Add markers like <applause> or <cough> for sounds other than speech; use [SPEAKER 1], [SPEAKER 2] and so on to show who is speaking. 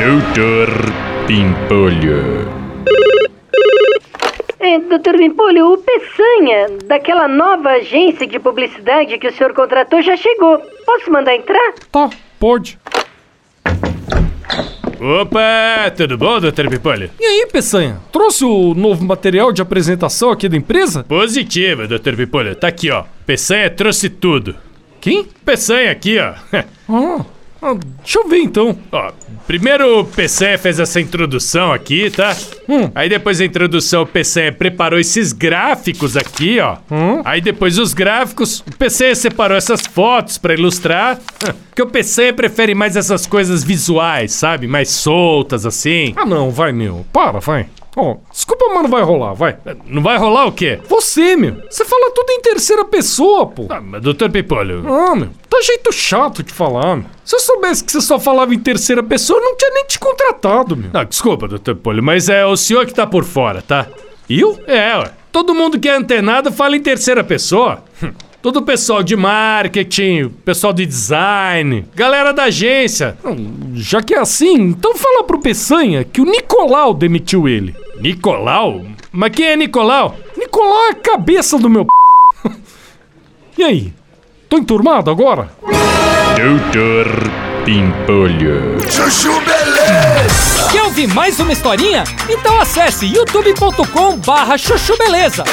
[SPEAKER 1] Doutor Pimpolho.
[SPEAKER 2] É, doutor Vimpolho, o Peçanha, daquela nova agência de publicidade que o senhor contratou, já chegou. Posso mandar entrar?
[SPEAKER 3] Tá, pode.
[SPEAKER 4] Opa, tudo bom, doutor Pimpolho?
[SPEAKER 3] E aí, Peçanha? Trouxe o novo material de apresentação aqui da empresa?
[SPEAKER 4] Positivo, doutor Pimpolho. Tá aqui, ó. Peçanha trouxe tudo.
[SPEAKER 3] Quem?
[SPEAKER 4] Peçanha aqui, ó. <laughs>
[SPEAKER 3] Ah, ah, deixa eu ver então.
[SPEAKER 4] Ó, primeiro o Peçanha fez essa introdução aqui, tá?
[SPEAKER 3] Hum.
[SPEAKER 4] Aí depois da introdução o Peçanha preparou esses gráficos aqui, ó.
[SPEAKER 3] Hum.
[SPEAKER 4] Aí depois os gráficos, o Peçanha separou essas fotos pra ilustrar. Porque o Peçanha prefere mais essas coisas visuais, sabe? Mais soltas assim.
[SPEAKER 3] Ah, não, vai, meu. Para, vai. Ó, desculpa, mas não vai rolar, vai.
[SPEAKER 4] Não vai rolar o quê?
[SPEAKER 3] Você, meu. Você fala tudo em terceira pessoa, pô.
[SPEAKER 4] Ah, mas doutor Pipolho,
[SPEAKER 3] Ah, meu. Tá jeito chato de falar, meu. Se eu soubesse que você só falava em terceira pessoa, eu não tinha nem te contratado, meu.
[SPEAKER 4] Não, Ah, desculpa, doutor Polho, mas é o senhor que tá por fora, tá?
[SPEAKER 3] Eu?
[SPEAKER 4] É, ué. Todo mundo que é antenado fala em terceira pessoa. Hum. Todo o pessoal de marketing, pessoal de design, galera da agência.
[SPEAKER 3] Já que é assim, então fala pro Peçanha que o Nicolau demitiu ele.
[SPEAKER 4] Nicolau? Mas quem é Nicolau?
[SPEAKER 3] Nicolau é a cabeça do meu p. E aí? Tô enturmado agora?
[SPEAKER 1] Doutor Pimpolho.
[SPEAKER 5] Quer ouvir mais uma historinha? Então acesse youtube.com barra chuchu beleza.